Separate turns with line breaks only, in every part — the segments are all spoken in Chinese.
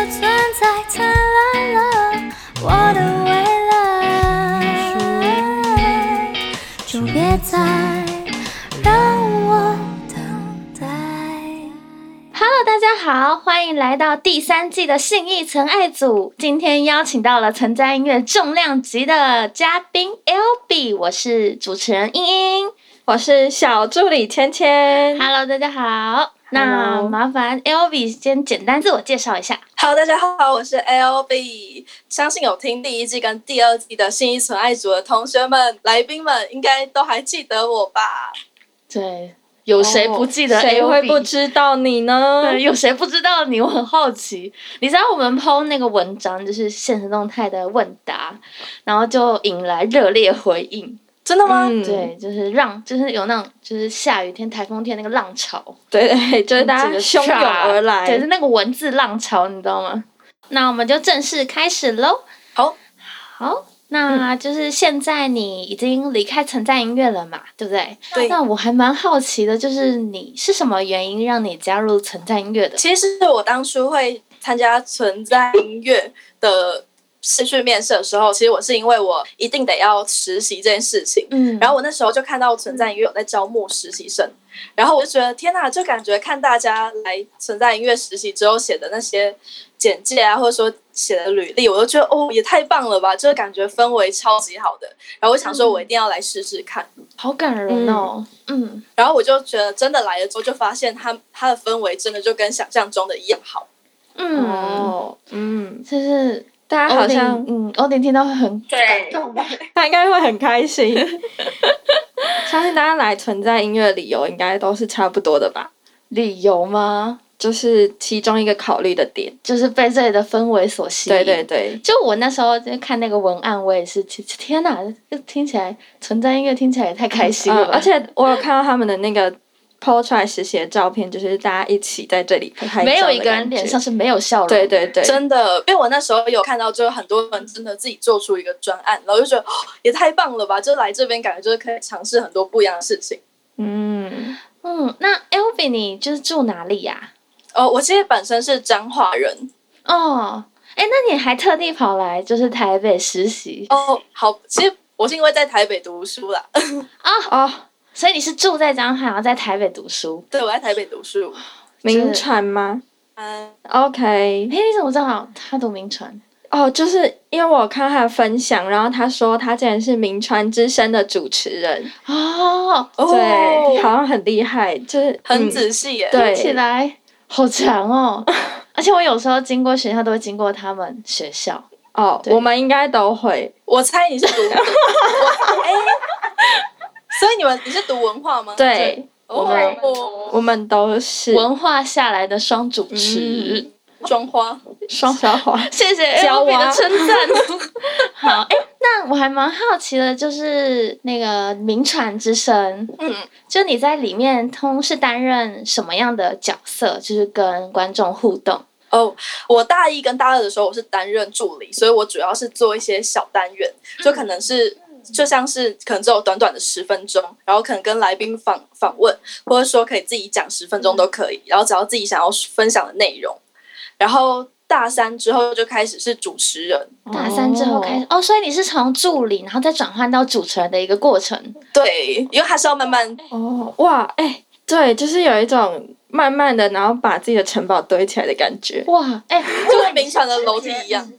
再灿烂了，我的未来，就别再让我等待。
Hello，大家好，欢迎来到第三季的信义纯爱组。今天邀请到了存在音乐重量级的嘉宾 L B，我是主持人英英。
我是小助理芊芊。
Hello，大家好。那
Hello
麻烦 L B 先简单自我介绍一下。
Hello，大家好，我是 L B。相信有听第一季跟第二季的信义纯爱组的同学们、来宾们，应该都还记得我吧？
对，有哦谁不记得 L B？、
哦谁会不知道你呢？
对，有谁不知道你？我很好奇。你知道我们 PO 那个文章，就是现实动态的问答，然后就引来热烈回应。
真的吗？
嗯
对，就是让，就是有那种，就是下雨天、台风天那个浪潮，
对 对，就是大
整
家
个
汹涌而
哎
来。
对，是那个文字浪潮，你知道吗？那我们就正式开始喽。
好，
好，那就是现在你已经离开存在音乐了嘛，对不对？
对
那我还蛮好奇的，就是你是什么原因让你加入存在音乐的？
其实我当初会参加存在音乐的试训面试的时候，其实我是因为我一定得要实习这件事情。
嗯
然后我那时候就看到存在音乐有在招募实习生，然后我就觉得天呐，就感觉看大家来存在音乐实习之后写的那些简介啊，或者说写的履历，我都觉得哦，也太棒了吧！就是感觉氛围超级好的。然后我想说，我一定要来试试看。
好感人哦，嗯，
然后我就觉得真的来了之后，就发现它它的氛围真的就跟想象中的一样好。
嗯，
哦，嗯，
就是
大家好像
欧丁嗯，欧丁听到会很
对，
他应该会很开心。相信大家来存在音乐的理由应该都是差不多的吧，
理由吗？
就是其中一个考虑的点。
就是被这里的氛围所吸引。
对对对，
就我那时候在看那个文案，我也是，其实天哪，就听起来存在音乐听起来也太开心
嗯
了吧！
而且我有看到他们的那个 po 出来实习的照片，就是大家一起在这里嗯拍照的
没有一个人脸上
感
是没有笑容。
觉。对对对，
真的，因为我那时候有看到，就是很多人真的自己做出一个专案，然后就觉得、哦、也太棒了吧！就来这边感觉就是可以尝试很多不一样的事情。
嗯，
嗯，那 L B 你就是住哪里呀、
哦，我其实本身是彰化人。
哦，哎，那你还特地跑来就是台北实习，
哦，好，其实我是因为在台北读书啦，
哦，
所以你是住在彰化，然后在台北读书。
对，我在台北读书。
名传吗
嗯，
？OK，
哎，你怎么知道他读名传？
哦，就是因为我看他的分享，然后他说他竟然是名传之声的主持人，
哦，
哦
对，好像很厉害，就是
很
嗯
仔细耶。
对
听起来好长 哦。而且我有时候经过学校都会经过他们学校，
哦，
对
我们应该都会，
我猜你是读，我 哎，所以你们你是读文化吗？，
对，
哦
我们，我们都是
文化下来的双主持，
妆花。
双小花，
谢谢
教
L
我
B
啊
的称赞。 好，哎、那我还蛮好奇的，就是那个名传之声，
嗯，
就你在里面通是担任什么样的角色，就是跟观众互动？
哦，我大一跟大二的时候，我是担任助理，所以我主要是做一些小单元，就可能是就像是可能只有短短的十分钟，然后可能跟来宾访访问，或者说可以自己讲十分钟都可以，然后只要自己想要分享的内容。然后大三之后就开始是主持人，
大三之后开始哦所以你是从助理，然后再转换到主持人的一个过程。
对，因为还是要慢慢
哦，哇，哎、对，就是有一种慢慢的，然后把自己的城堡堆起来的感觉，
哇，哎、
就跟名传的楼梯一样，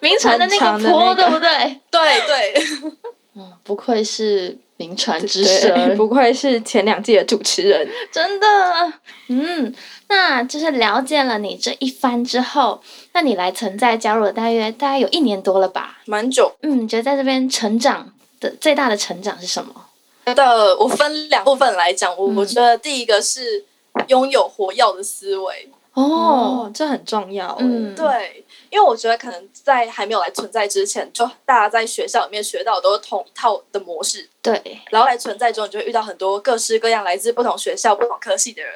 名传的那
很长
个
的那
坡，
个
对不对？
对对，
嗯，不愧是名传之
对，
神，
不愧是前两季的主持人，
真的。嗯，那就是了解了你这一番之后，那你来存在加入了大约大概有一年多了吧？
蛮久
嗯，你觉得在这边成长的最大的成长是什么？
觉得我分两部分来讲，我我
嗯
觉得第一个是拥有活药的思维，
哦，，
这很重要欸，
嗯
对，因为我觉得可能在还没有来存在之前，就大家在学校里面学到的都是同一套的模式，
对，
然后来存在之后，你就会遇到很多各式各样来自不同学校、不同科系的人，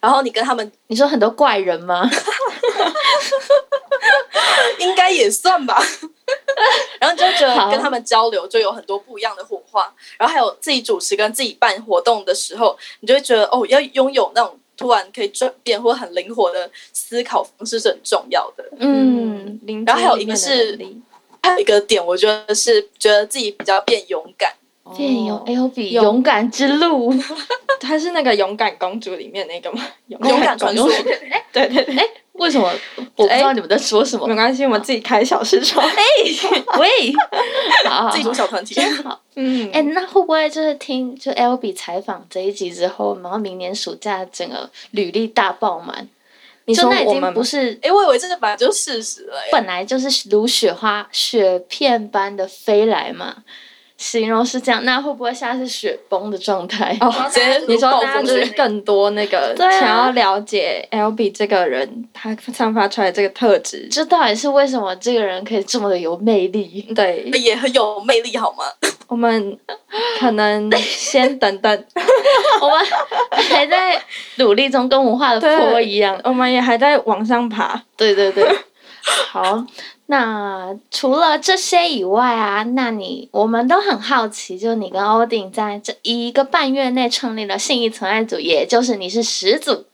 然后你跟他们
你说很多怪人吗？
应该也算吧，然后你就觉
好
得跟他们交流就有很多不一样的火花，然后还有自己主持跟自己办活动的时候，你就会觉得哦，要拥有那种突然可以转变或很灵活的思考方式是很重要的。
嗯，
嗯，
然后还有一个是还有一个点，我觉得是觉得自己比较变勇敢。
变勇
哎，
哦 L B 勇敢之路。
她是那个勇敢公主里面那个吗？ 勇
勇敢传说
公主 哎对对对，
为 什么我不知道你们在说什么？
没 关系，我们自己开小市场。
喂，好好
自己
好
组小 团体，
真好。
嗯，
哎、那会不会就是听就 L B 采访这一集之后，然后明年暑假整个履历大爆满？
你
就
说
那已
我
经
们
不是
哎、我以为这个本来就是事实了、欸。
本来就是如雪花雪片般的飞来嘛，形容是这样。那会不会现在是雪崩的状态？
哦，
直接
你说
暴
大家
风
就是
雪
更多那个
对啊
想要了解 L B 这个人，他散发出来这个特质，
这到底是为什么这个人可以这么的有魅力？
对
也很有魅力，好吗？
我们可能先等等，
我们还在努力中，跟文化的
对
坡一样。
我们也还在往上爬。
对对 对，好，那除了这些以外啊，那你我们都很好奇，就你跟欧丁在这一个半月内创立了信义存爱组，也就是你是始祖。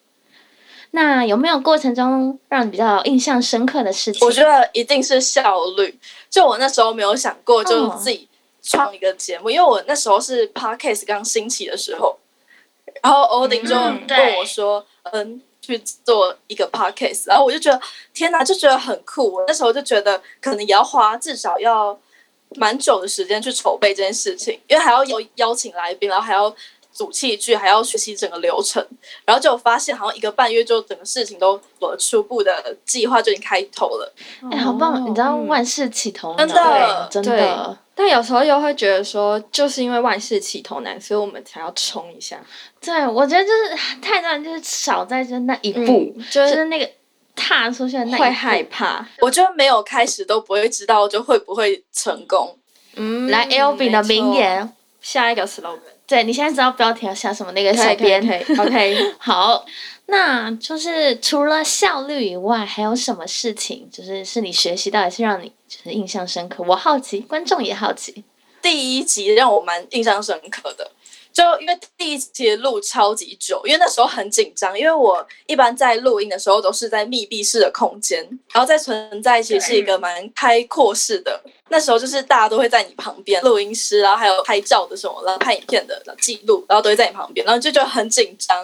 那有没有过程中让你比较印象深刻的事情？
我觉得一定是效率。就我那时候没有想过，就
嗯
是自己创一个节目，因为我那时候是 podcast 刚兴起的时候，然后欧丁就
嗯
问我说：“嗯，去做一个 podcast。”然后我就觉得天哪，就觉得很酷。我那时候就觉得可能也要花至少要蛮久的时间去筹备这件事情，因为还要邀邀请来宾，然后还要。组器具还要学习整个流程，然后就发现好像一个半月就整个事情都有了初步的计划就已经开头了，
哎、好棒！你知道
嗯
万事起头
真
难
的
真的，
但有时候又会觉得说，就是因为万事起头难，所以我们才要冲一下
对我觉得就是太多人就是少在就那一步，
不，就
就是
是
那个踏出去的那一步
嗯会害怕。
我觉得没有开始都不会知道，就会不会成功。
嗯
来 L B 的名，
没错
言，
下一个 slogan，
对你现在知道标题要下什么？那个
可
小
以可以
编
可以 ，OK，
好，那就是除了效率以外，还有什么事情，就是是你学习到底是让你就是印象深刻？我好奇，观众也好奇。
第一集让我蛮印象深刻的，就因为第一集的录超级久，因为那时候很紧张，因为我一般在录音的时候都是在密闭式的空间，然后在存在其实是一个蛮开阔式的，那时候就是大家都会在你旁边，录音师啊，还有拍照的什么，然后拍影片的然后记录，然后都会在你旁边，然后就觉得很紧张。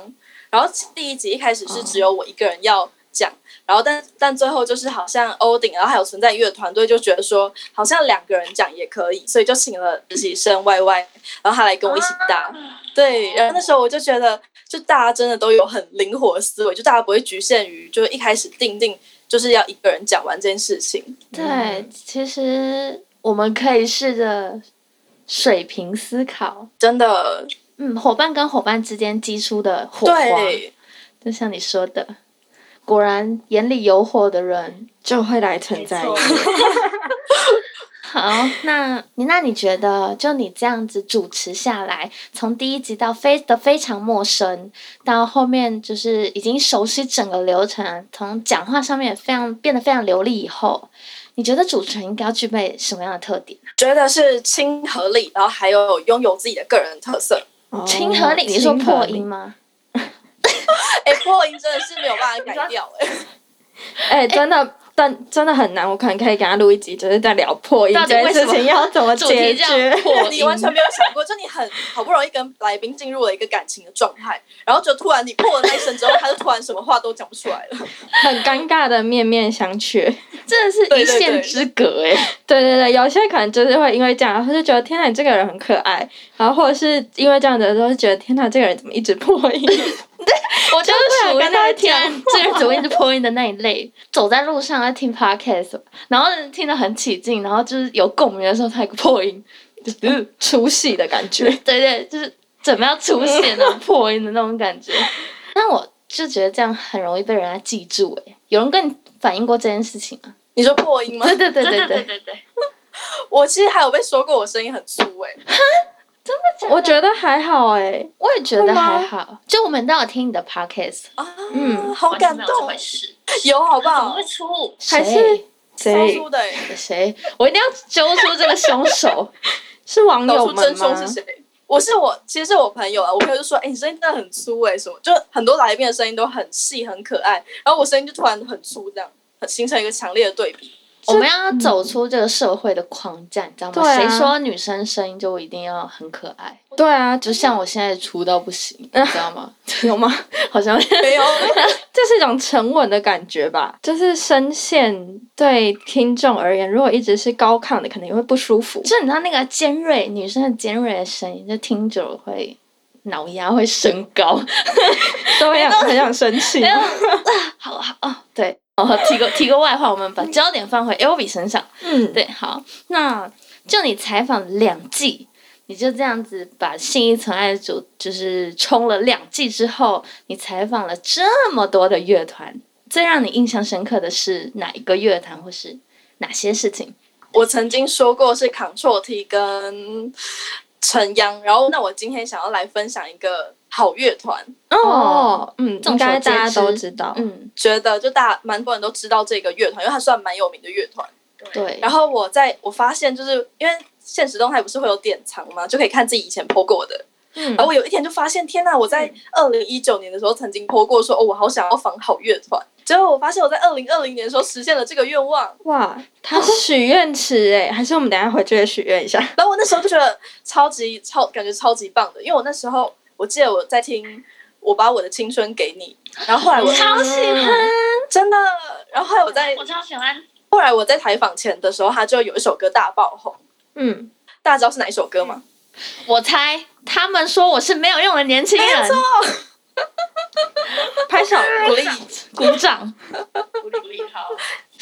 然后第一集一开始是只有我一个人要讲，然后但但最后就是好像欧顶，然后还有存在音乐团队就觉得说，好像两个人讲也可以，所以就请了实习生 Y Y，然后他来跟我一起搭。对，然后那时候我就觉得，就大家真的都有很灵活的思维，就大家不会局限于就是一开始定定就是要一个人讲完这件事情。
对，
嗯
其实我们可以试着水平思考，
真的，
嗯，伙伴跟伙伴之间激出的火花，
对，
就像你说的，果然眼里有火的人
就会来存在
没错
好，那你那你觉得，就你这样子主持下来，从第一集到非的非常陌生，到后面就是已经熟悉整个流程，啊从讲话上面也非常变得非常流利以后，你觉得主持人应该要具备什么样的特点？
觉得是亲和力，然后还有拥有自己的个人特色。
哦
亲和力，你说破音？吗？
哎，破音真的是没有办法改掉哎、
哎、真的，但真的很难。我可能可以给他录一集，就是在聊破音
到
这
底
件
为什
事
么
情要怎 么
主题
解
这样
决。
破
啊你完全
音，
没有想过，就你很好不容易跟来宾进入了一个感情的状态，然后就突然你破了那一声之后，他就突然什么话都讲不出来了。
很尴尬的面面相觑。
真的是一
对对
线
对
之隔哎、
对对对，有些可能就是会因为这样，然后就觉得天哪，你这个人很可爱，然后或者是因为这样的时候就觉得天哪，这个人怎么一直破音？
我 就是属于那一天
我就
最主一直破音的那一类，走在路上在听 podcast，然后听得很起劲，然后就是有共鸣的时候，它有个破音，
就是出戏的感觉。
对对，就是准备要出现那 种破音的那种感觉。但我就觉得这样很容易被人家记住、欸，有人跟你反映过这件事情吗？
你说破音吗？
对对对对对， 真
对。我其实还有被说过我声音很粗哎、
的假的
我觉得还好哎、
我也觉得
会吗
还好，就我们都有听你的 podcast，
啊，
嗯
好感动，有好不好？
出
还是
谁
超
谁
粗的哎、
谁？我一定要揪出这个凶手。
是网
搞
友
出
们
真
吗
凶？是谁？我是我，其实是我朋友啊，我朋友就说，哎、你声音真的很粗哎、什么，就很多来宾的声音都很细很可爱，然后我声音就突然很粗，这样很形成一个强烈的对比。
我们要走出这个社会的框架，你知道吗？
对啊
谁说女生声音就一定要很可爱？
对啊，
就像我现在粗到不 行，你知道吗？
有吗？
好像
没有，
这是一种沉稳的感觉吧，就是声线对听众而言，如果一直是高亢的，可能也会不舒服。
就你知道那个尖锐女生的尖锐的声音，就听久了会脑压会升 高。
都很想 很想生气
没。有好好哦，对哦，提个提个外话，我们把焦点放回 L B 身上。
嗯，
对，好，那就你采访两季，你就这样子把信义存爱组就是冲了两季之后，你采访了这么多的乐团，最让你印象深刻的是哪一个乐团，或是哪些事情？
我曾经说过是 Control T 跟陈央，然后那我今天想要来分享一个好乐团，
哦，嗯，
众
应该
所皆
大家都
知
知道。
嗯，
觉得就大蛮多人都知道这个乐团，因为它算蛮有名的乐团。
对，
然后我在我发现，就是因为现实动态不是会有典藏吗？就可以看自己以前 PO 过的。
嗯
然后我有一天就发现，天呐！我在二零一九年的时候曾经 PO 过说，哦，我好想要仿好乐团。结果我发现我在二零二零年的时候实现了这个愿望，
哇，他许愿池哎，还是我们等一下回去也许愿一下。
然后我那时候就觉得超级超感觉超级棒的，因为我那时候我记得我在听《我把我的青春给你》，然后后来我
超喜欢，
真的，然后后来我在
我超 喜欢，
后来我在采访前的时候，他就有一首歌大爆红，
嗯，
大家知道是哪一首歌吗？
我猜他们说我是没有用的年轻人，
拍手
鼓励
鼓掌。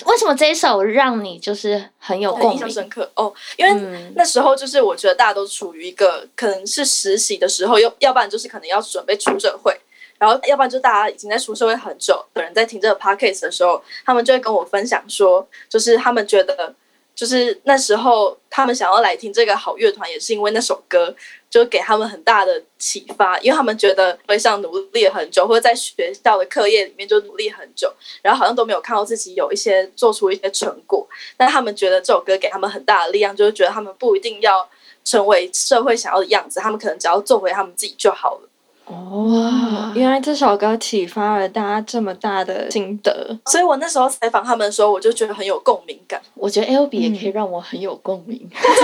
为什么这一首让你就是很有
很
共
印象
鸣？
深刻哦，因为
嗯
那时候就是我觉得大家都处于一个可能是实习的时候，要要不然就是可能要准备出社会，然后要不然就大家已经在出社会很久，有人在听这个 podcast 的时候，他们就会跟我分享说，就是他们觉得。就是那时候，他们想要来听这个好乐团，也是因为那首歌，就给他们很大的启发，因为他们觉得非常努力了很久，或者在学校的课业里面就努力很久，然后好像都没有看到自己有一些做出一些成果，但他们觉得这首歌给他们很大的力量，就是觉得他们不一定要成为社会想要的样子，他们可能只要做回他们自己就好了。
哦，原来这首歌启发了大家这么大的心得。
所以我那时候采访他们的时候，我就觉得很有共鸣感。
我觉得 L B 也
嗯
可以让我很有共鸣。
我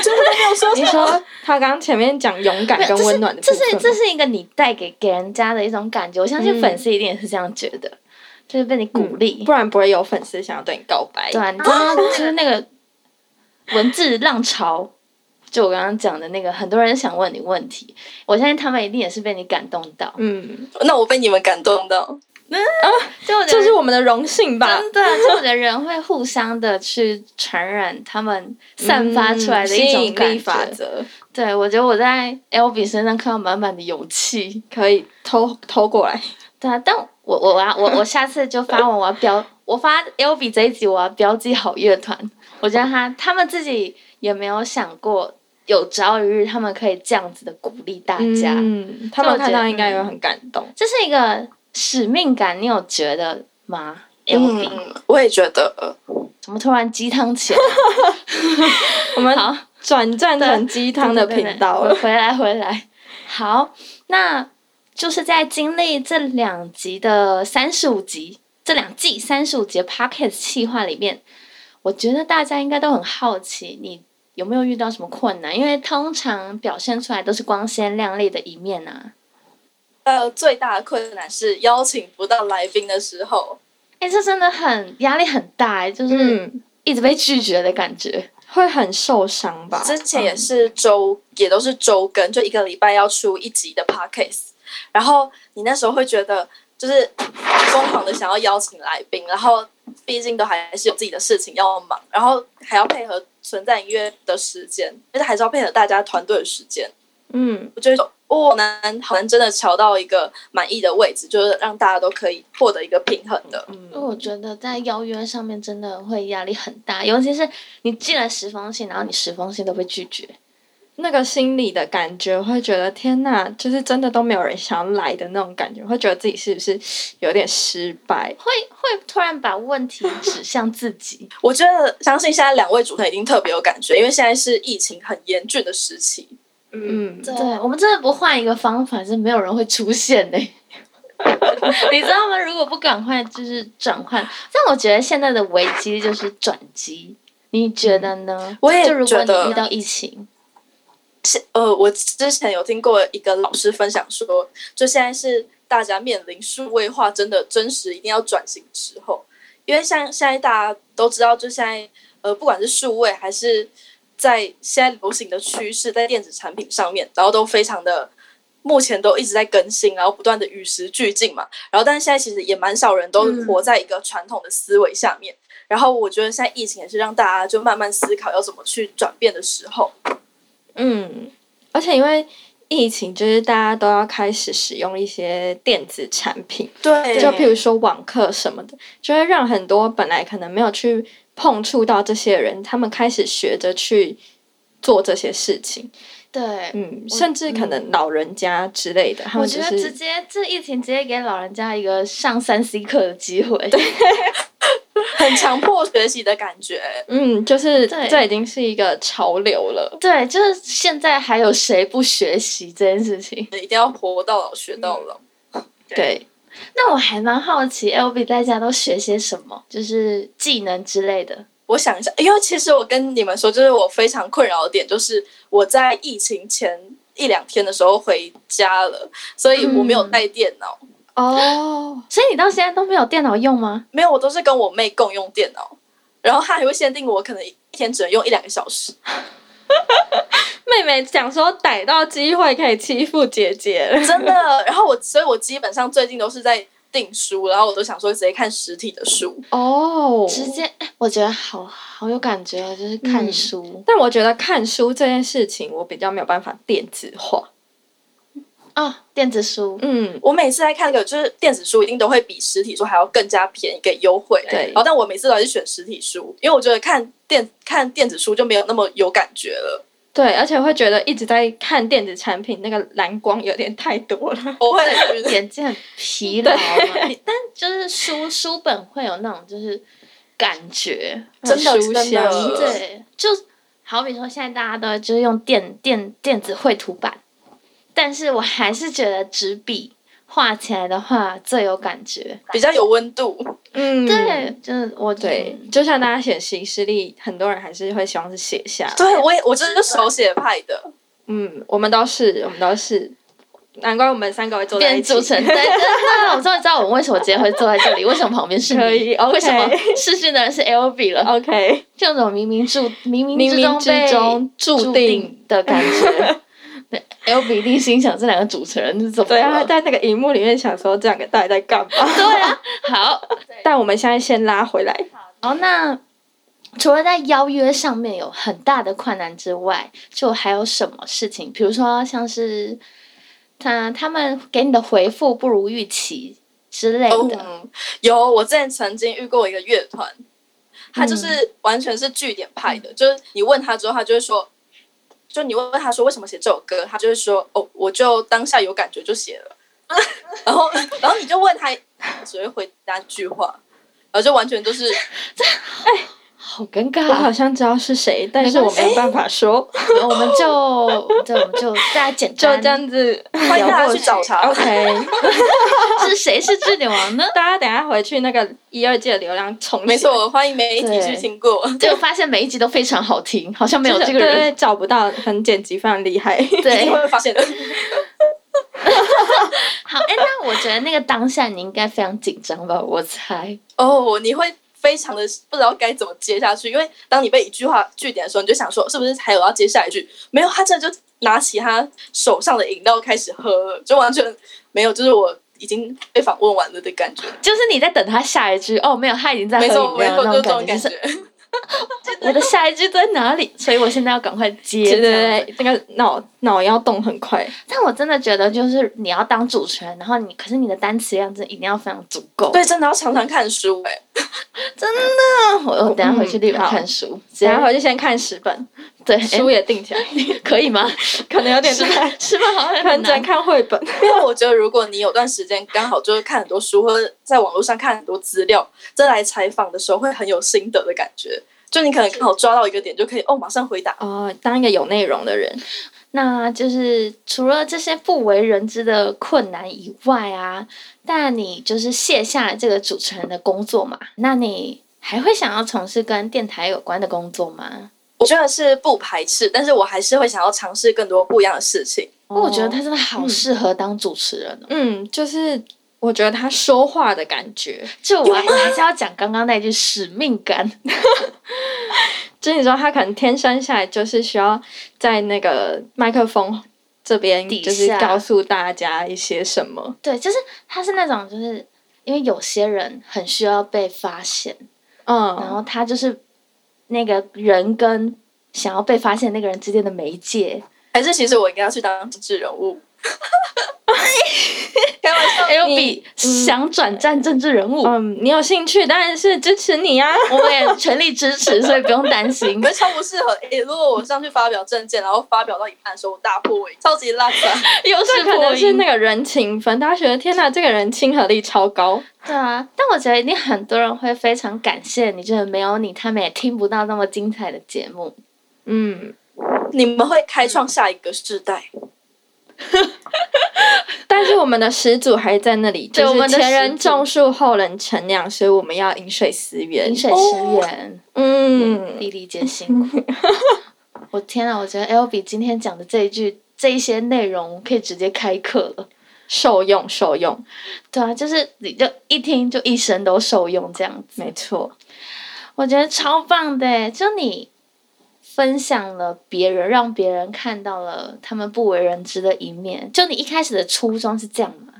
真的没有说
你说他刚刚前面讲勇敢
没有
跟
这是
温暖的部
这
分
是
吗，
这是一个你带给给人家的一种感觉，我相信
嗯
粉丝一定也是这样觉得，就是被你鼓励。
不然不会有粉丝想要对你告白。
对啊，你知道
哦
就是那个文字浪潮，就我刚刚讲的那个，很多人想问你问题，我相信他们一定也是被你感动到。
嗯，
那我被你们感动到，
就我觉得
这是我们的荣幸吧。
真的，就我觉得人会互相的去传染他们散发出来的一
嗯吸
种
引
感
力
觉。
法则，
对，我觉得我在 L B 身上看到满满的勇气。
可以偷偷过来。
对啊，但我我我要我我下次就发文，我要标，我发 L B 这一集，我要标记好乐团。我觉得他他们自己也没有想过，有朝一日他们可以这样子的鼓励大家，
嗯，他
所以我
们
觉
看到
得
应该也会很感动。
这是一个使命感。你有觉得吗？L B、
嗯，我也觉得。
怎么突然鸡汤起来？
我们
好，
转战成鸡汤的
对对对
频道了。
回来回来，好，那就是在经历这两集的三十五集，这两季三十五集 p o c a s t 企划里面，我觉得大家应该都很好奇，你有没有遇到什么困难？因为通常表现出来都是光鲜亮丽的一面啊。
呃，最大的困难是邀请不到来宾的时候，
哎，这真的很压力很大、诶就是
嗯，
一直被拒绝的感觉。
会很受伤吧？
之前也是周，也都是周更，就一个礼拜要出一集的 podcast。然后你那时候会觉得，就是疯狂的想要邀请来宾，然后毕竟都还是有自己的事情要忙，然后还要配合存在音乐的时间，但是还是要配合大家团队的时间。
嗯，
我觉得哦，好难好难真的调到一个满意的位置，就是让大家都可以获得一个平衡的。
因为我觉得在邀约上面真的会压力很大，尤其是你寄了十封信，然后你十封信都被拒绝。
那个心里的感觉会觉得天哪，就是真的都没有人想要来的那种感觉，会觉得自己是不是有点失败？
会会突然把问题 指向自己，
我觉得相信现在两位主持人已经特别有感觉，因为现在是疫情很严峻的时期，
嗯，
对啊我们真的不换一个方法，是没有人会出现的。 你知道吗？如果不赶快就是转换，但我觉得现在的危机就是转机。你觉得呢？
我也
就如果
觉得
你遇到疫情，
是呃，我之前有听过一个老师分享说，就现在是大家面临数位化真的真实一定要转型的时候，因为像现在大家都知道，就现在呃，不管是数位还是在现在流行的趋势，在电子产品上面，然后都非常的。目前都一直在更新，然后不断的与时俱进嘛。然后，但是现在其实也蛮少人都
嗯
活在一个传统的思维下面。然后，我觉得现在疫情也是让大家就慢慢思考要怎么去转变的时候。
嗯，而且因为疫情，就是大家都要开始使用一些电子产品，
对
就譬如说网课什么的，就会让很多本来可能没有去碰触到这些人，他们开始学着去做这些事情。
对，
嗯，甚至可能老人家之类的，他
我
们
觉得
只
直
是
接这疫情直接给老人家一个上三 C 课的机会。对，
很强迫学习的感觉。
嗯，就是
对
这已经是一个潮流了。
就是现在还有谁不学习这件事情？
一定要活到老学到老。
对，
那我还蛮好奇，L B 在家都学些什么，就是技能之类的。
我想一下，因为其实我跟你们说，就是我非常困扰的点，就是我在疫情前一两天的时候回家了，所以我没有带电脑，
哦，
所以你到现在都没有电脑用吗？
没有，我都是跟我妹共用电脑，然后她还会限定我可能一天只能用一两个小时。
妹妹讲说逮到机会可以欺负姐姐了。
真的。然后我，所以我基本上最近都是在订书，然后我都想说直接看实体的书。
哦，
直接，哎我觉得好好有感觉哦，就是看书
但我觉得看书这件事情，我比较没有办法电子化。
啊、电子书。
嗯，
我每次在看那个就是电子书，一定都会比实体书还要更加便宜、给优惠。
对
然后但我每次都还是选实体书，因为我觉得看电看电子书就没有那么有感觉了。
对，而且会觉得一直在看电子产品，那个蓝光有点太多了。
我 会觉得，
眼睛很疲劳嘛，但就是书书本会有那种就是感觉，
真的
很书
真的
香
呃
对，就好比说现在大家都就是用电电电子绘图板，但是我还是觉得纸笔画起来的话最有感觉。
比较有温度。
嗯，
对，就是我
对
嗯，
就像大家写行事历，很多人还是会希望是写下来。
对，我也我真的是手写派的，
嗯，我们都是，我们都是，难怪我们三个会坐在一
变
起。
组成对，真的，我终于知道我为什么今天会坐在这里，为什么旁边是你，
可以
为什么
OK
视讯的人是 L B 了，
OK，
这种冥冥注冥冥
冥冥之
之中
中注
注
定。
定的感觉。对，L B 一定心想这两个主持人是怎么
对啊，
了？
他在那个荧幕里面想说这两个到底在干嘛？
对啊，好，
但我们现在先拉回来。
然后那除了在邀约上面有很大的困难之外，就还有什么事情？比如说像是他他们给你的回复不如预期之类的。
哦
嗯，有我之前曾经遇过一个乐团，他就是完全是据点派的，就是你问他之后，他就会说，就你问他说为什么写这首歌，他就会说哦，我就当下有感觉就写了， 然后然后你就问他，他只会回答一句话，然后就完全都 是
好尴
我好
尬，啊
像知道是谁，但是
没
我
关系
没有办法说，
然后我们就对，我们就大家简
就
单
这样子。
欢迎大家去找茬。
OK，
是谁是治点王呢？
大家等一下回去那个一二季的流量重
没
写，
错，欢迎每一集去听过。
就发现每一集都非常好听，好像没有
就
这
是
个
对
人。
对找不到，很剪辑非常厉害。
一
对
定，会发现的，
好，哎、那我觉得那个当下你应该非常紧张吧？我猜。
哦，你会非常的不知道该怎么接下去，因为当你被一句话据点的时候，你就想说是不是还有要接下一句？没有，他真的就拿起他手上的饮料开始喝了，就完全没有，就是我已经被访问完了的感觉。
就是你在等他下一句哦，没有，他已经在喝
没
饮
错，没
料
错，
了那
就是这
种感
种感
觉，就是
觉。
我的下一句在哪里？所以我现在要赶快接。
对对
这样子
对，那个脑脑要动很快。
但我真的觉得，就是你要当主持人，然后你可是你的单词量真的一定要非常足够。，
对，真的要常常看书哎、
我我等一下
嗯
回去立马看书，直接
然后回去先看十本，
对，
书也定起来，
哎可以吗？
可能有点难，
是吗？好像
可能
很
只能
难。
看绘本。
因为我觉得如果你有段时间刚好就是看很多书，或者在网络上看很多资料，再来采访的时候会很有心得的
呃
感觉。就你可能刚好抓到一个点，就可以哦，马上回答。
哦，当一个有内容的人，
那就是除了这些不为人知的困难以外啊，但你就是卸下这个主持人的工作嘛，那你还会想要从事跟电台有关的工作吗？
我觉得是不排斥，但是我还是会想要尝试更多不一样的事情。
因为我觉得他真的好适合当主持人哦。
嗯，就是我觉得他说话的感觉，
就我还是要讲刚刚那句使命感，
就是你说他可能天生下来就是需要在那个麦克风这边，
底
就是
下
告诉大家一些什么。
对，就是他是那种，就是因为有些人很需要被发现，然
嗯，
后他就是那个人跟想要被发现那个人之间的媒介。
还是其实我应该要去当政治人物。 开玩笑，
L
你
B 想转战政治人物，
嗯，你有兴趣当然是支持你啊呀、
我也全力支持，所以不用担心
你。们超不适合。诶、如果我上去发表证件，然后发表到一半的时候，我大破音，超级烂啊的。
又
这可能是那
个
个人情粉，大家觉得天哪，这个人亲和力超高。
对啊，但我觉得一定很多人会非常感谢你，就是没有你，他们也听不到那么精彩的节目。
嗯，
你们会开创下一个世代，
但是我们的始祖还在那里，
对
就
我
是
们的
前
始
人
祖
种树，后人乘凉，所以我们要饮水思源。
饮水思源，
嗯，
莉莉姐辛 苦。我天啊，我觉得 L B 今天讲的这一句，这一些内容可以直接开课了。
受用受用，
对啊，就是你就一听就一生都受用这样子，
没错。
我觉得超棒的耶。就你分享了别人，让别人看到了他们不为人知的一面。就你一开始的初衷是这样吗？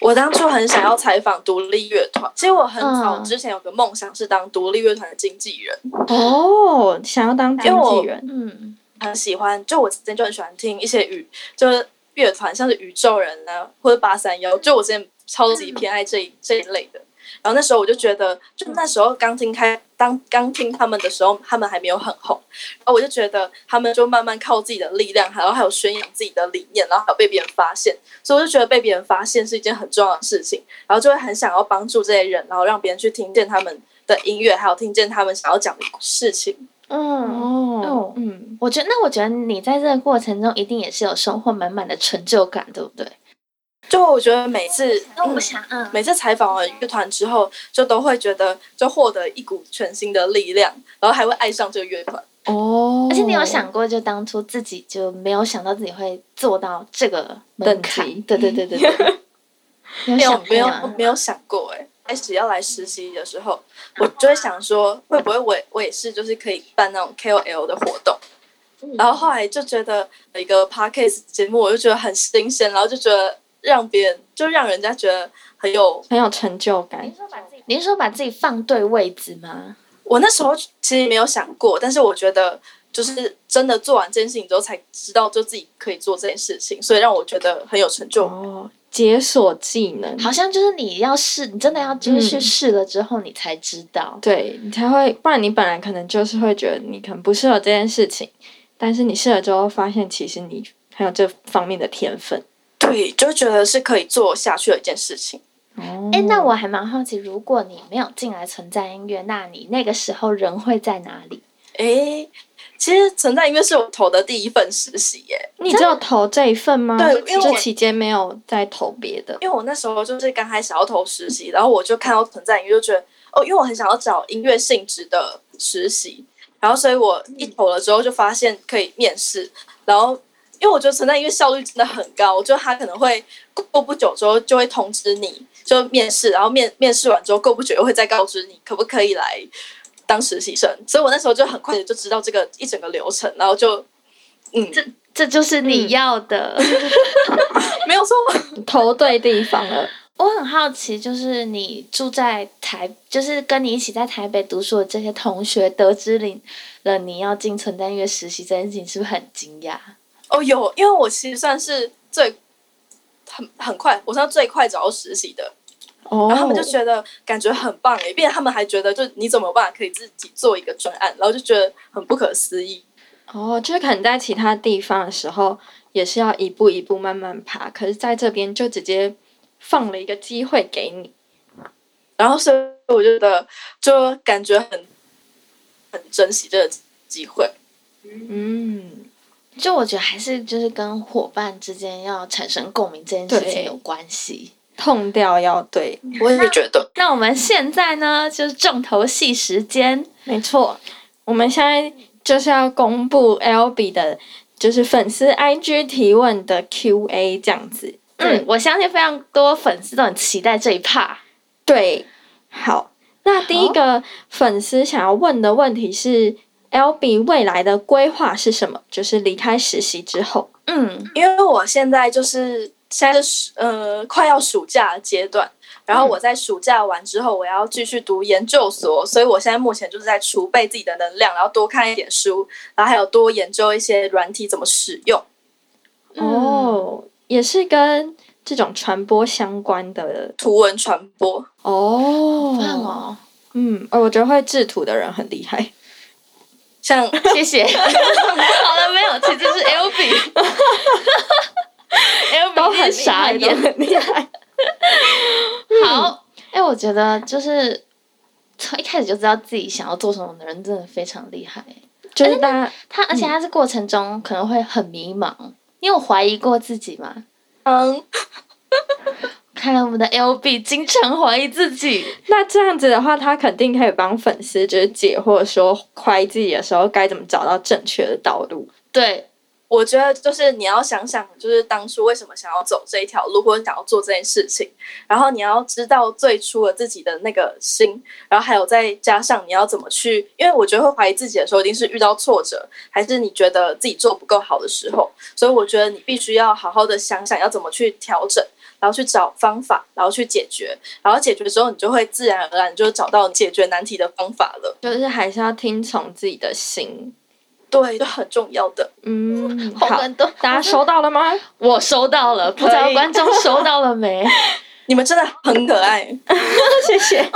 我当初很想要采访独立乐团，其实我很早
嗯
之前有个梦想是当独立乐团的经纪人，
哦，想要当经
因为我
纪人，
嗯，
很喜欢，就我之前就很喜欢听一些宇，就是乐团，像是宇宙人啊，或者八三幺，就我之前超级偏爱这一、这一类的。然后那时候我就觉得，就那时候刚听开，当刚听他们的时候，他们还没有很红，然后我就觉得他们就慢慢靠自己的力量，然后还有宣扬自己的理念，然后还有被别人发现，所以我就觉得被别人发现是一件很重要的事情，然后就会很想要帮助这些人，然后让别人去听见他们的音乐，还有听见他们想要讲的事情。
嗯，
哦
哦，
嗯，
我觉得那我觉得你在这个过程中一定也是有收获满满的成就感，对不对？
就我觉得每次，嗯
想，嗯
每次采访完乐团之后，就都会觉得就获得一股全新的力量，然后还会爱上这个乐团。
哦，
而且你有想过，就当初自己就没有想到自己会做到这个门槛
等级，
对对对对对。没
没有
想啊
没
过
有
吗？
没有想过哎、开始要来实习的时候，我就会想说，会不会我也我也是就是可以办那种 KOL 的活动。然后后来就觉得有一个 podcast 节目，我就觉得很新鲜，然后就觉得让别人就让人家觉得很有
很有成就感，
你是说把自己放对位置吗？
我那时候其实没有想过，但是我觉得就是真的做完这件事情之后，才知道就自己可以做这件事情，所以让我觉得很有成就感。
哦，解锁技能，
好像就是你要试，你真的要就是去
嗯
试了之后，你才知道。
对你才会，不然你本来可能就是会觉得你可能不适合这件事情，但是你试了之后发现，其实你很有这方面的天分。
对，就觉得是可以做下去的一件事情。
哦
哎、那我还蛮好奇，如果你没有进来存在音乐，那你那个时候人会在哪里？
诶，其实存在音乐是我投的第一份实习耶，
你只有投这一份吗？
对因为
这
我
期间没有再投别的。
因为我那时候就是刚开始要投实习，然后我就看到存在音乐，就觉得哦，因为我很想要找音乐性质的实习，然后所以我一投了之后就发现可以面试，然后因为我觉得存在音乐效率真的很高，就他可能会过不久之后就会通知你，就面试，然后面面试完之后过不久又会再告知你可不可以来当实习生，所以我那时候就很快的就知道这个一整个流程，然后就嗯
这这就是你
嗯
要的。
没有错，
投对地方了。
我很好奇，就是你住在台，就是跟你一起在台北读书的这些同学，得知你了你要进存在音乐实习这件事情，是不是很惊讶？
哦有，因为我其实算是最很很快，我算最快找到实习的，
哦，
然后他们就觉得感觉很棒诶，并且他们还觉得就你怎么办可以自己做一个专案，然后就觉得很不可思议。
哦，就是可能在其他地方的时候也是要一步一步慢慢爬，可是在这边就直接放了一个机会给你。
然后所以我觉得就感觉很很珍惜这个机会。
嗯，
就我觉得还是就是跟伙伴之间要产生共鸣这件事情
对
有关系。
痛调要对，
我也觉得，
那我们现在呢，就是重头戏时间，
没错。我们现在就是要公布 L B 的，就是粉丝 I G 提问的 Q A 这样子。
嗯，，我相信非常多粉丝都很期待这一 part。
对，好。那第一个粉丝想要问的问题是，L B 未来的规划是什么？就是离开实习之后。
嗯，
因为我现在就是现在是暑呃快要暑假的阶段，然后我在暑假完之后，我要继续读研究所，所以我现在目前就是在储备自己的能量，然后多看一点书，然后还有多研究一些软体怎么使用。
嗯
哦，也是跟这种传播相关的
图文传播，
哦
棒哦，
嗯，哦我觉得会制图的人很厉害。
像
哦谢谢。 好了，没有，其实是 L B。L
都
B
很
是傻
厉害
眼
都。很厉害。
好，哎、我觉得就是从一开始就知道自己想要做什么的人，真的非常厉害。
就是大家
他而且他是过程中可能会很迷茫，你有怀疑过自己吗？
嗯，
看来我们的 L B 经常怀疑自己，
那这样子的话，他肯定可以帮粉丝就是解惑，说怀疑自己的时候该怎么找到正确的道路。
对，
我觉得就是你要想想，就是当初为什么想要走这一条路，或者想要做这件事情，然后你要知道最初的自己的那个心，然后还有再加上你要怎么去，因为我觉得会怀疑自己的时候，一定是遇到挫折，还是你觉得自己做不够好的时候，所以我觉得你必须要好好的想想要怎么去调整。然后去找方法，然后去解决，然后解决之后，你就会自然而然就找到解决难题的方法了。
就是还是要听从自己的心。
对，就很重要的。
嗯，
好
好，
感动。
大家收到了吗？
我收到了，不知道
可以
观众收到了没？
你们真的很可爱。
谢 谢。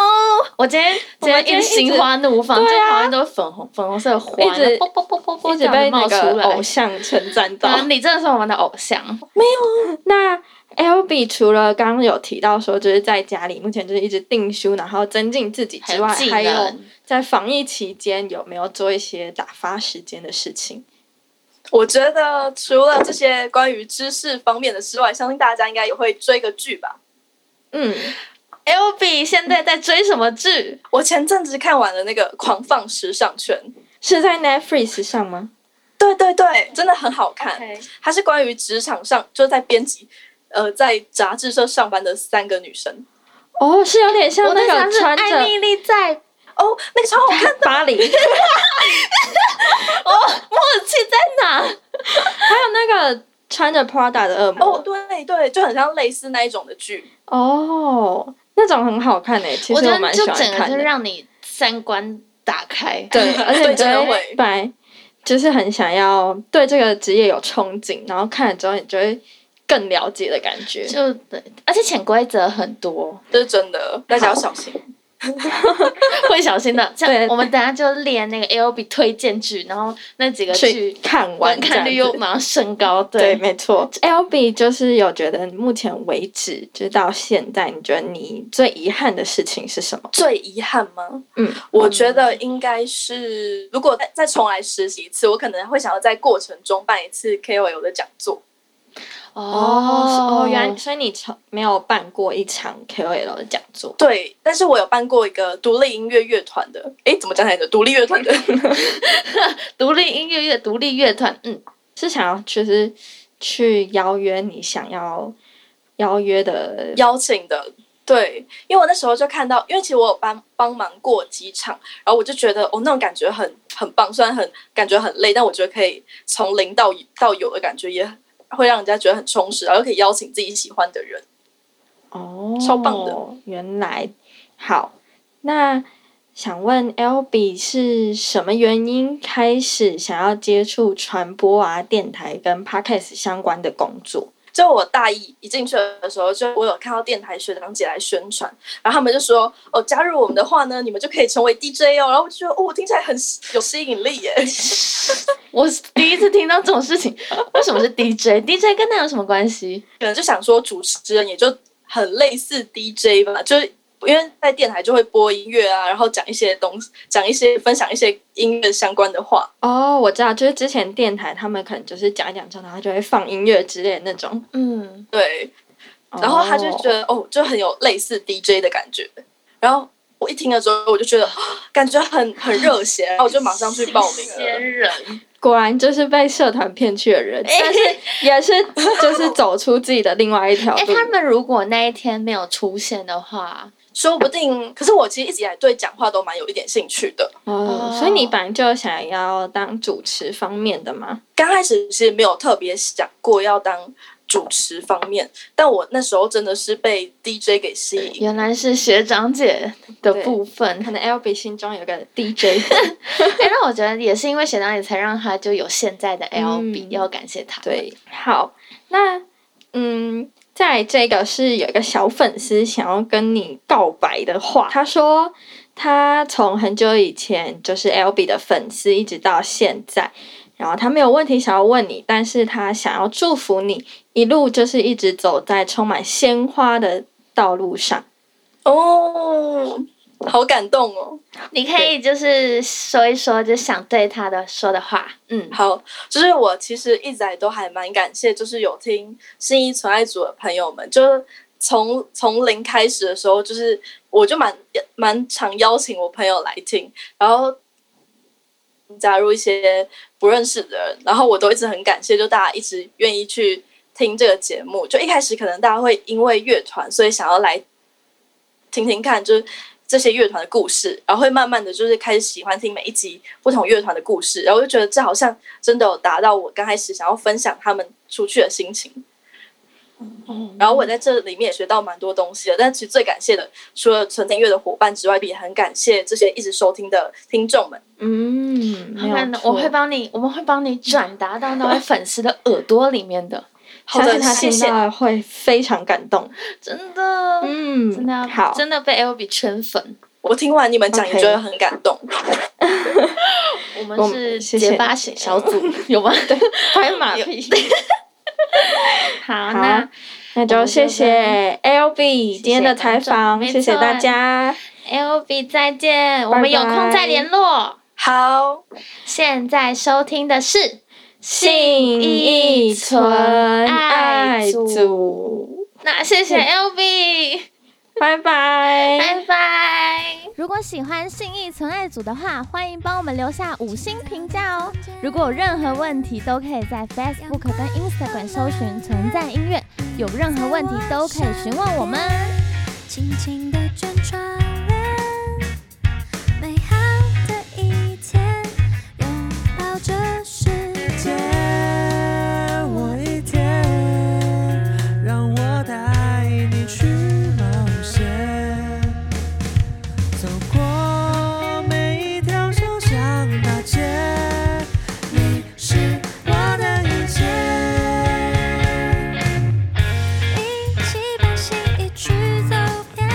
我今天今天一直心花怒放，
我
就
们今天一直啊
旁边都是粉红粉红色的花，
一直
啵啵啵啵啵
一
这
直
样
被
子
那
冒出
个
来
偶。像称赞到。
嗯，你真的是我们的偶像，
那 L B 除了刚刚有提到说，就是在家里目前就是一直订书，然后增进自己之外，
技
还有
能。
在防疫期间有没有做一些打发时间的事情？
我觉得除了这些关于知识方面的之外，相信大家应该也会追个剧吧。
嗯，
L B 现在在追什么剧？
我前阵子看完了那个《狂放时尚圈》，
是在 Netflix 上吗？
对对对，真的很好看。它是关于职场上，就是在编辑，呃，在杂志社上班的三个女生。
哦，是有点像
我在
那
想
个
是
穿
艾
着
米丽在
哦，那个超好看，
巴黎，还 有
默契哦在哪？
那个穿着 Prada 的恶
哦，
魔。
对对，就很像类似那一种的剧。
哦，那种很好看诶，其
我
实
觉得
蛮
就
喜欢
整个
看
就
的。
让你三观打开。
对， 而且
对
你就
真的
会
会
明白，就是很想要对这个职业有憧憬，然后看了之后，你就会更了解的感觉。
就对，而且潜规则很 多，
这是真的，大家要小心。
会小心的。这
对
样，我们等一下就练那个 L B 推荐剧，然后那几个
去
剧
看完
观
这样
看
子
率又马上升高。
对，没错。L B 就是有觉得目前为止，就是到现在，你觉得你最遗憾的事情是什么？
最遗憾吗？
嗯，
我觉得应该是，如果再再重来实习一次，我可能会想要在过程中办一次 KOL 的讲座。
哦，
哦，
原
原
来，所以你从没有办过一场 K O L 的讲座，
对，但是我有办过一个独立音乐乐团的，诶，怎么讲来着？独立乐团的，
独立音乐乐独立乐团，嗯，
是想要就是去邀约你想要邀约的，
邀请的。对，因为我那时候就看到，因为其实我有帮帮忙过几场，然后我就觉得哦，那种感觉很很棒，虽然很感觉很累，但我觉得可以从零到到有的感觉，也会让人家觉得很充实，然后又可以邀请自己喜欢的人。
哦，
超棒的。
原来好，那想问 L B 是什么原因开始想要接触传播啊、电台跟 podcast 相关的工作？
就我大一一进去的时候，就我有看到电台学长姐来宣传，然后他们就说哦，加入我们的话呢，你们就可以成为 DJ 哦。然后我就觉得哦，听起来很有吸引力耶。
我第一次听到这种事 情，为什么是 DJ？DJ 跟那有什么关系？
可能就想说主持人也就很类似 DJ 吧，就是因为在电台就会播音乐啊，然后讲一些东西，讲一些分享一些音乐相关的话。
哦，我知道，就是之前电台他们可能就是讲一讲之后，然后就会放音乐之类的那种。
嗯，
对，然后他就觉得哦就很有类似 DJ 的感觉。然后我一听了之后，我就觉得啊感觉很很热血，然后我就马上去报名了。
仙人
果然就是被社团骗去的人，但是也是就是走出自己的另外一条
哎、
路。
他们如果那一天没有出现的话，
说不定，可是我其实一直以来对讲话都蛮有一点兴趣的。
哦，所以你本来就想要当主持方面的嘛？
刚开始其实没有特别想过要当主持方面，但我那时候真的是被 DJ 给吸引。
原来是学长姐的部分。
可能 L B 心中有 个 DJ，
哎、那我觉得也是因为学长姐才让他就有现在的 L B，、
嗯
要感谢他。，
对，好，那嗯，在这个是有一个小粉丝想要跟你告白的话，他说他从很久以前就是 L B 的粉丝，一直到现在，然后他没有问题想要问你，但是他想要祝福你一路就是一直走在充满鲜花的道路上。
哦，好感动哦！
你可以就是说一说，就想对他的说的话。嗯，
好，就是我其实一直以来都还蛮感谢，就是有听新一纯爱组的朋友们，就是从从零开始的时候，就是我就蛮蛮常邀请我朋友来听，然后加入一些不认识的人，然后我都一直很感谢，就大家一直愿意去听这个节目。就一开始可能大家会因为乐团，所以想要来听听看，就是这些乐团的故事，然后会慢慢的就是开始喜欢听每一集不同乐团的故事，然后我就觉得这好像真的有达到我刚开始想要分享他们出去的心情。然后我在这里面也学到蛮多东西的，但其实最感谢的，除了纯听乐的伙伴之外，也很感谢这些一直收听的听众们。
嗯，没
好那
有
我会
错
帮你，我们会帮你转达到那位粉丝的耳朵里面的。
好
相
的，
信他
谢
听
谢。
到会非常感动。
真的，
嗯，
真的要
好，
真的被 L B 圈粉。
我听完你们讲，也
OK
觉得很感动。
我
我
们
们
是
谢谢
结巴型小组， 有吗？
拍马屁。
好，那
那就谢谢 L B 今天的采访，
谢谢
谢谢大家，
L B 再见，我们
拜
有空再
拜
联络。
好，
现在收听的是。
信
义
义
存
存
爱
爱
组
组，
那谢
嗯
谢 L B，
拜拜，
拜拜。
如果喜欢信义存爱组的话，欢迎帮我们留下五星评价哦。如果有任何问题，都可以在 Facebook 跟 Instagram 搜寻“存在音乐”，有任何问题都可以询问我们。
轻轻地卷窗帘，美好的一天，拥抱这世界。
借我一天，让我带你去冒险，走过每一条小巷大街，你是我的一切。
一起把心意去走遍，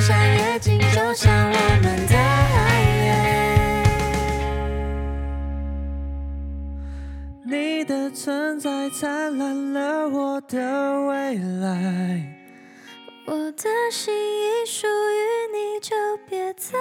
山越境，就像我们的爱恋。
你的存在灿烂了我的未来。
我的心已属于你，就别再